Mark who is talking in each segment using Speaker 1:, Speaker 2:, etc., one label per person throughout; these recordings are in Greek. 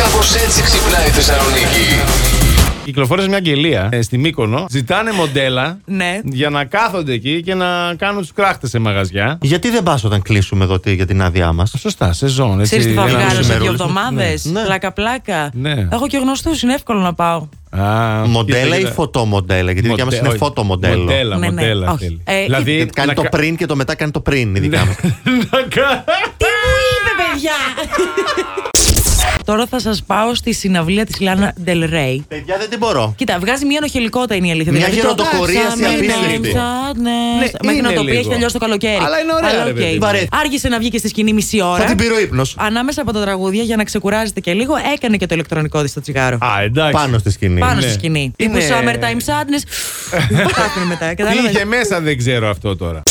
Speaker 1: Κάπως έτσι ξυπνάει η Θεσσαλονίκη.
Speaker 2: Κυκλοφόρησε μια αγγελία ε, στη Μύκονο. Ζητάνε μοντέλα
Speaker 3: Ναι.
Speaker 2: για να κάθονται εκεί και να κάνουν τους κράχτες σε μαγαζιά.
Speaker 4: Γιατί δεν πας όταν κλείσουμε εδώ τι- για την άδειά μας.
Speaker 2: Σωστά, σεζόν. Έτσι,
Speaker 3: Ξέρεις τι θα
Speaker 2: ένα
Speaker 3: βγάλω σε
Speaker 2: μεσημέρι.
Speaker 3: δύο εβδομάδες.
Speaker 4: Ναι. Ναι.
Speaker 3: Πλάκα-πλάκα.
Speaker 2: Ναι.
Speaker 3: Έχω και γνωστούς, είναι εύκολο να πάω.
Speaker 2: Α, κοίτα,
Speaker 4: Μοντέλα ή
Speaker 2: κοίτα.
Speaker 4: φωτομοντέλα, γιατί η δικιά μας
Speaker 2: Μοντέ-
Speaker 4: είναι
Speaker 2: όχι,
Speaker 4: φωτομοντέλο.
Speaker 2: Μοντέλα,
Speaker 3: Ναι, ναι,
Speaker 2: μοντέλα
Speaker 3: όχι.
Speaker 2: θέλει.
Speaker 3: Ε,
Speaker 2: δηλαδή.
Speaker 4: Γιατί κάνει
Speaker 2: να
Speaker 4: το
Speaker 2: κα- Ναι.
Speaker 4: πριν και το μετά κάνει το πριν η δικιά μας.
Speaker 2: να κα-
Speaker 3: Είπε, παιδιά! Τώρα θα σας πάω στη συναυλία της Λάνα Del Rey.
Speaker 4: Παιδιά δεν την μπορώ.
Speaker 3: Κοίτα, βγάζει μια ενοχελικότητα είναι η αλήθεια. Δηλαδή,
Speaker 4: Μια
Speaker 3: το-
Speaker 4: γεροντοκορία σε
Speaker 3: Ναι,
Speaker 4: απίστευτη.
Speaker 2: είναι
Speaker 3: Μέχρι να το πει,
Speaker 2: λίγο.
Speaker 3: έχει τελειώσει το καλοκαίρι.
Speaker 2: Αλλά είναι ωραία, ρε
Speaker 3: οκ.
Speaker 2: παιδί μου.
Speaker 4: Βαρέθηκα.
Speaker 3: Άργησε να βγει και στη σκηνή μισή ώρα.
Speaker 4: Θα την πήρω ύπνος.
Speaker 3: Ανάμεσα από τα τραγούδια για να ξεκουράζεται και λίγο, έκανε και το ηλεκτρονικό της το τσιγάρο.
Speaker 2: Α, εντάξει.
Speaker 4: Πάνω στη σκηνή.
Speaker 3: Πάνω
Speaker 2: ναι.
Speaker 3: στη σκηνή.
Speaker 2: Είναι-
Speaker 3: Τύπου summertime sadness. Πάθαινε μετά.
Speaker 2: Τι
Speaker 3: κατάλαβες?
Speaker 2: είχε μέσα δεν ξέρω αυτό τώρα.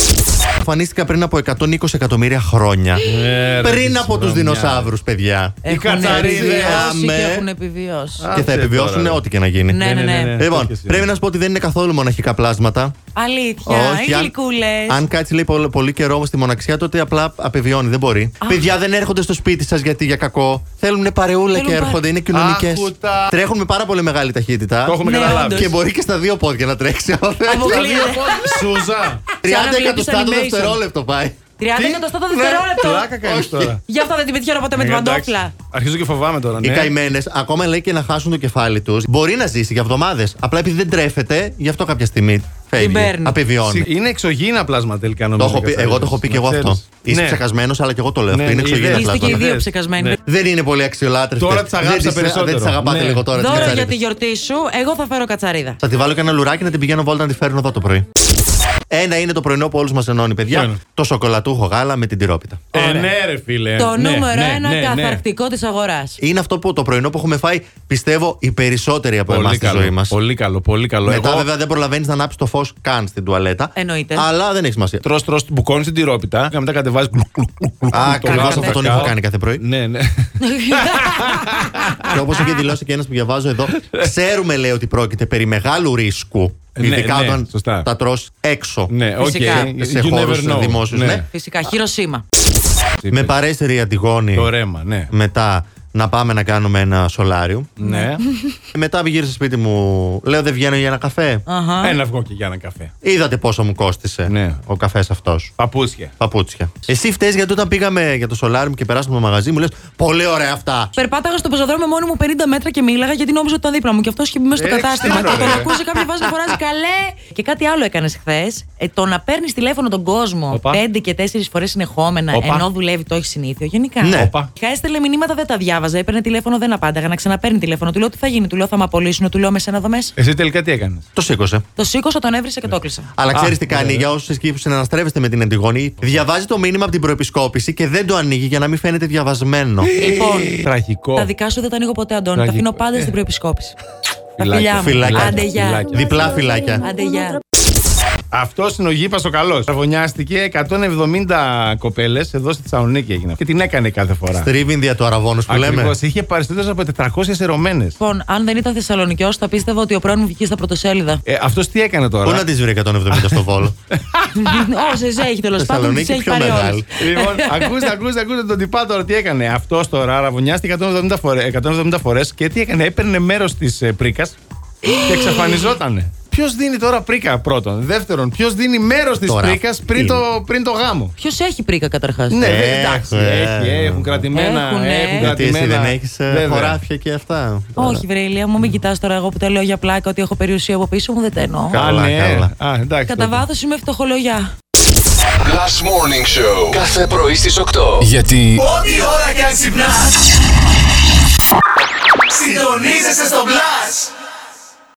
Speaker 4: Εμφανίστηκα πριν από 120 εκατομμύρια χρόνια.
Speaker 2: Ε, ρε,
Speaker 4: Πριν
Speaker 2: τι
Speaker 4: από τους
Speaker 2: βρωμιά.
Speaker 4: δεινοσαύρου, παιδιά.
Speaker 3: Έχουν
Speaker 2: κατσαρίδες.
Speaker 3: επιβιώσει και
Speaker 4: Άμε.
Speaker 3: έχουν επιβιώσει.
Speaker 4: Και
Speaker 2: Άσε
Speaker 4: θα επιβιώσουν
Speaker 2: τώρα, ρε.
Speaker 4: ό,τι και να γίνει.
Speaker 3: Ναι, ναι, ναι.
Speaker 2: ναι.
Speaker 4: Λοιπόν,
Speaker 2: τέτοιες είναι.
Speaker 4: πρέπει να σου πω ότι δεν είναι καθόλου μοναχικά πλάσματα.
Speaker 3: Αλήθεια. Είναι
Speaker 4: αν-
Speaker 3: γλυκούλες.
Speaker 4: Αν κάτσει λέει, πολύ, πολύ καιρό όμως στη μοναξιά, τότε απλά απεβιώνει. Δεν μπορεί. Παιδιά δεν έρχονται στο σπίτι σας γιατί για κακό. Θέλουν παρεούλα
Speaker 3: Θέλουν
Speaker 4: και
Speaker 3: πα-
Speaker 4: έρχονται. Είναι κοινωνικές.
Speaker 2: Άχουτα.
Speaker 4: Τρέχουν με πάρα πολύ μεγάλη ταχύτητα.
Speaker 2: Το έχουμε
Speaker 3: Ναι,
Speaker 2: καταλάβει.
Speaker 3: όντως.
Speaker 4: Και μπορεί και στα δύο πόδια να τρέξει. άμα θέλει.
Speaker 3: Αποκλείεται.
Speaker 2: Σούζα.
Speaker 4: 30
Speaker 3: Σαν να βλέπεις
Speaker 4: εκατοστά το
Speaker 3: animation.
Speaker 4: δευτερόλεπτο πάει.
Speaker 3: 30
Speaker 2: Τι?
Speaker 3: εκατοστά
Speaker 2: Ναι, Πλάκα
Speaker 3: δευτερόλεπτο.
Speaker 2: κάνει τώρα.
Speaker 3: Γι' αυτό δεν την πετυχαίνω ποτέ με την
Speaker 2: Ε, εντάξει.
Speaker 3: παντόφλα.
Speaker 2: Αρχίζω και φοβάμαι τώρα.
Speaker 4: Οι
Speaker 2: ναι.
Speaker 4: καημένες, ακόμα λέει και να χάσουν το κεφάλι τους, μπορεί να ζήσει για εβδομάδες. Απλά επειδή δεν τρέφεται, γι' αυτό κάποια στιγμή φεύγει.
Speaker 3: παίρνει.
Speaker 4: Απεβιώνει.
Speaker 2: Συ- Είναι εξωγήινα πλάσμα τελικά
Speaker 4: Το
Speaker 2: νομίζω.
Speaker 4: έχω πει,
Speaker 2: καθαρίζεις.
Speaker 4: εγώ το έχω πει και
Speaker 2: Να
Speaker 4: εγώ αυτό.
Speaker 2: ξέρεις.
Speaker 4: Είσαι
Speaker 2: Ναι.
Speaker 4: ψεκασμένος, αλλά και εγώ το λέω
Speaker 2: Ναι,
Speaker 4: αυτό. Είναι
Speaker 2: ναι,
Speaker 4: εξωγήινα
Speaker 2: είδες.
Speaker 3: Είστε και οι
Speaker 4: πλάσματα.
Speaker 3: δύο
Speaker 2: Είδες.
Speaker 3: ψεκασμένοι.
Speaker 2: Ναι.
Speaker 4: Δεν είναι πολύ αξιολάτρευτες.
Speaker 2: Τώρα τις αγάπησα
Speaker 4: Δεν τις-
Speaker 2: περισσότερο.
Speaker 4: Δεν τις αγαπάτε
Speaker 2: Ναι.
Speaker 4: λίγο τώρα. τις
Speaker 3: Δώρο για
Speaker 4: κατσαρίδες.
Speaker 3: τη γιορτή σου, εγώ θα φέρω κατσαρίδα.
Speaker 4: Θα τη βάλω και ένα λουράκι να την πηγαίνω βόλτα να τη φέρνω εδώ το πρωί. Ένα είναι το πρωινό που όλους μας ενώνει,
Speaker 2: Ποιο
Speaker 4: παιδιά.
Speaker 2: είναι?
Speaker 4: Το σοκολατούχο γάλα με την τυρόπιτα.
Speaker 2: Ε, ναι, ρε φίλε.
Speaker 3: Το
Speaker 2: Ναι,
Speaker 3: νούμερο
Speaker 2: ναι,
Speaker 3: ένα
Speaker 2: ναι, ναι.
Speaker 3: καθαρκτικό της αγοράς.
Speaker 4: Είναι αυτό που το πρωινό που έχουμε φάει, πιστεύω, οι περισσότεροι από εμά
Speaker 2: Πολύ
Speaker 4: στη ζωή
Speaker 2: καλό.
Speaker 4: μας.
Speaker 2: Πολύ καλό, πολύ καλό.
Speaker 4: Μετά,
Speaker 2: Εγώ
Speaker 4: βέβαια, δεν προλαβαίνεις να ανάψεις το φως καν στην τουαλέτα.
Speaker 3: Εννοείται.
Speaker 4: Αλλά δεν έχει σημασία.
Speaker 2: τρώ, τρώ, μπουκώνεις την τυρόπιτα και μετά κατεβάζεις. κλουκ, κλουκ, κλουκ, κλουκ,
Speaker 4: Α,
Speaker 2: το
Speaker 4: ακριβώ
Speaker 2: γάλα στο
Speaker 4: αυτόν
Speaker 2: κακάο.
Speaker 4: έχω κάνει κάθε πρωί.
Speaker 2: Ναι, ναι.
Speaker 4: Και όπως έχει δηλώσει και ένας που διαβάζω εδώ, ξέρουμε λέει ότι πρόκειται περί μεγάλου ρίσκου.
Speaker 2: Ναι,
Speaker 4: Ειδικά
Speaker 2: ναι,
Speaker 4: όταν
Speaker 2: σωστά.
Speaker 4: τα τρως έξω.
Speaker 2: Ναι, οκ.
Speaker 3: Φυσικά.
Speaker 4: Σε
Speaker 2: You
Speaker 4: χώρους
Speaker 2: never know.
Speaker 4: δημόσιους, ναι.
Speaker 3: Φυσικά, χειροσύμα.
Speaker 2: ε,
Speaker 4: Με παρέστερη Αντιγόνη
Speaker 2: Το ρέμα, ναι.
Speaker 4: μετά να πάμε να κάνουμε ένα σολάριο.
Speaker 2: Ναι.
Speaker 4: Μετά γύρισα σπίτι μου, λέω δεν βγαίνω για ένα καφέ.
Speaker 3: Αχα.
Speaker 2: Ένα αυγό και για ένα καφέ.
Speaker 4: Είδατε πόσο μου κόστησε
Speaker 2: Ναι.
Speaker 4: ο καφές αυτός.
Speaker 2: Παπούσια.
Speaker 4: Παπούτσια. Εσύ φταίεις γιατί όταν πήγαμε για το σολάριο μου και περάσαμε το μαγαζί μου, λες πολύ ωραία αυτά.
Speaker 3: Περπάταγα στο πεζοδρόμιο μόνο μου 50 μέτρα και μίλαγα γιατί νόμιζα ότι ήταν δίπλα μου. Και αυτός είχε μπει μέσα στο
Speaker 2: Ε,
Speaker 3: κατάστημα.
Speaker 2: ξέρω,
Speaker 3: Και τον
Speaker 2: ρε.
Speaker 3: ακούσε κάποια φάση να φωνάζει καλέ. Και κάτι άλλο έκανες χθες. το να παίρνεις τηλέφωνο τον κόσμο
Speaker 2: Οπα.
Speaker 3: 5 και 4 φορές συνεχόμενα
Speaker 2: Οπα.
Speaker 3: ενώ δουλεύει το έχει συνήθειο. Γενικά.
Speaker 4: Ναι.
Speaker 2: Όπα.
Speaker 3: Είχα έστελε μηνύματα, δεν τα διάβαζα. Έπαιρνε τηλέφωνο, δεν απάνταγα. Να ξαναπαίρνει τηλέφωνο. Του λέω τι θα γίνει, του λέω θα με απολύσουν, του λέω με σένα εδώ μέσα.
Speaker 2: Εσύ τελικά τι έκανες.
Speaker 4: Το σήκωσε.
Speaker 3: Το σήκωσα, τον έβρισα και το κλείσα.
Speaker 4: Αλλά
Speaker 2: Α,
Speaker 4: ξέρεις τι κάνει,
Speaker 2: ναι.
Speaker 4: για όσους εκεί που συναναστρέφεστε με την Αντιγόνη, διαβάζει το μήνυμα από την προεπισκόπηση και δεν το ανοίγει για να μην φαίνεται διαβασμένο.
Speaker 3: Λοιπόν,
Speaker 4: Ε,
Speaker 2: Τραγικό.
Speaker 3: τα δικά σου δεν τα ανοίγω ποτέ, Αντώνη. Τα
Speaker 2: Τραγικό.
Speaker 3: αφήνω πάντα στην προεπισκόπηση. Τα
Speaker 2: Φιλάκια,
Speaker 3: φιλιά μου.
Speaker 4: φιλάκια,
Speaker 3: Άντε γεια.
Speaker 2: φιλάκια.
Speaker 4: Διπλά φυλάκια.
Speaker 3: Άντε γεια.
Speaker 2: Αυτός είναι ο γήπας ο καλός. Ραβωνιάστηκε 170 κοπέλες εδώ στη Θεσσαλονίκη έγινε. Και την έκανε κάθε φορά.
Speaker 4: Στρίβει δια του αραβόνου που λέμε.
Speaker 2: Ακριβώς. Είχε παριστούντε από 400 ερωμένες.
Speaker 3: Λοιπόν, αν δεν ήταν Θεσσαλονικιός, θα πίστευα ότι ο πρώην μου βγήκε στα πρωτοσέλιδα.
Speaker 2: Ε, Αυτός τι έκανε
Speaker 4: Πού
Speaker 2: τώρα.
Speaker 4: να τη βρει 170 στο βόλο.
Speaker 3: Όσες έχει τέλος πάντων, τι
Speaker 4: Θεσσαλονίκη
Speaker 3: έχει
Speaker 4: πιο
Speaker 3: πάρει όλες.
Speaker 4: μεγάλη.
Speaker 2: λοιπόν, ακούστε, ακούστε, ακούστε τον τυπά τώρα τι έκανε. Αυτός τώρα ραβωνιάστηκε 170 φορέ 170 φορές και τι έκανε. Έπαιρνε μέρος της πρίκας και εξαφανιζότανε. Ποιος δίνει τώρα πρίκα πρώτον. Δεύτερον, ποιος δίνει μέρος της
Speaker 4: Τώρα,
Speaker 2: πρίκας πριν,
Speaker 4: τι
Speaker 2: το, πριν το γάμο.
Speaker 3: Ποιος έχει πρίκα καταρχάς.
Speaker 2: Ναι,
Speaker 4: Έχουν,
Speaker 2: δεν- εντάξει,
Speaker 4: ε.
Speaker 2: έχει, έχουν κρατημένα.
Speaker 3: Έχουνε.
Speaker 2: Έχουν
Speaker 3: Γιατί
Speaker 4: Γιατί
Speaker 2: κρατημένα.
Speaker 4: εσύ δεν έχεις
Speaker 2: Βέβαια.
Speaker 4: χωράφια και αυτά.
Speaker 3: Όχι, βρε ηλία μου, μην κοιτάς τώρα εγώ που τα λέω για πλάκα ότι έχω περιουσία από πίσω μου, δεν τα εννοώ.
Speaker 2: Α,
Speaker 4: Καλά,
Speaker 2: ναι.
Speaker 4: καλά.
Speaker 2: Α, εντάξει.
Speaker 3: Κατά
Speaker 2: τότε.
Speaker 3: βάθος είμαι φτωχολογιά.
Speaker 1: Last Morning Show. Κάθε πρωί στις 8.
Speaker 5: Γιατί
Speaker 6: Ό,τι ώρα κι αν ξυπνάς Συντονίζεσαι στο Blast!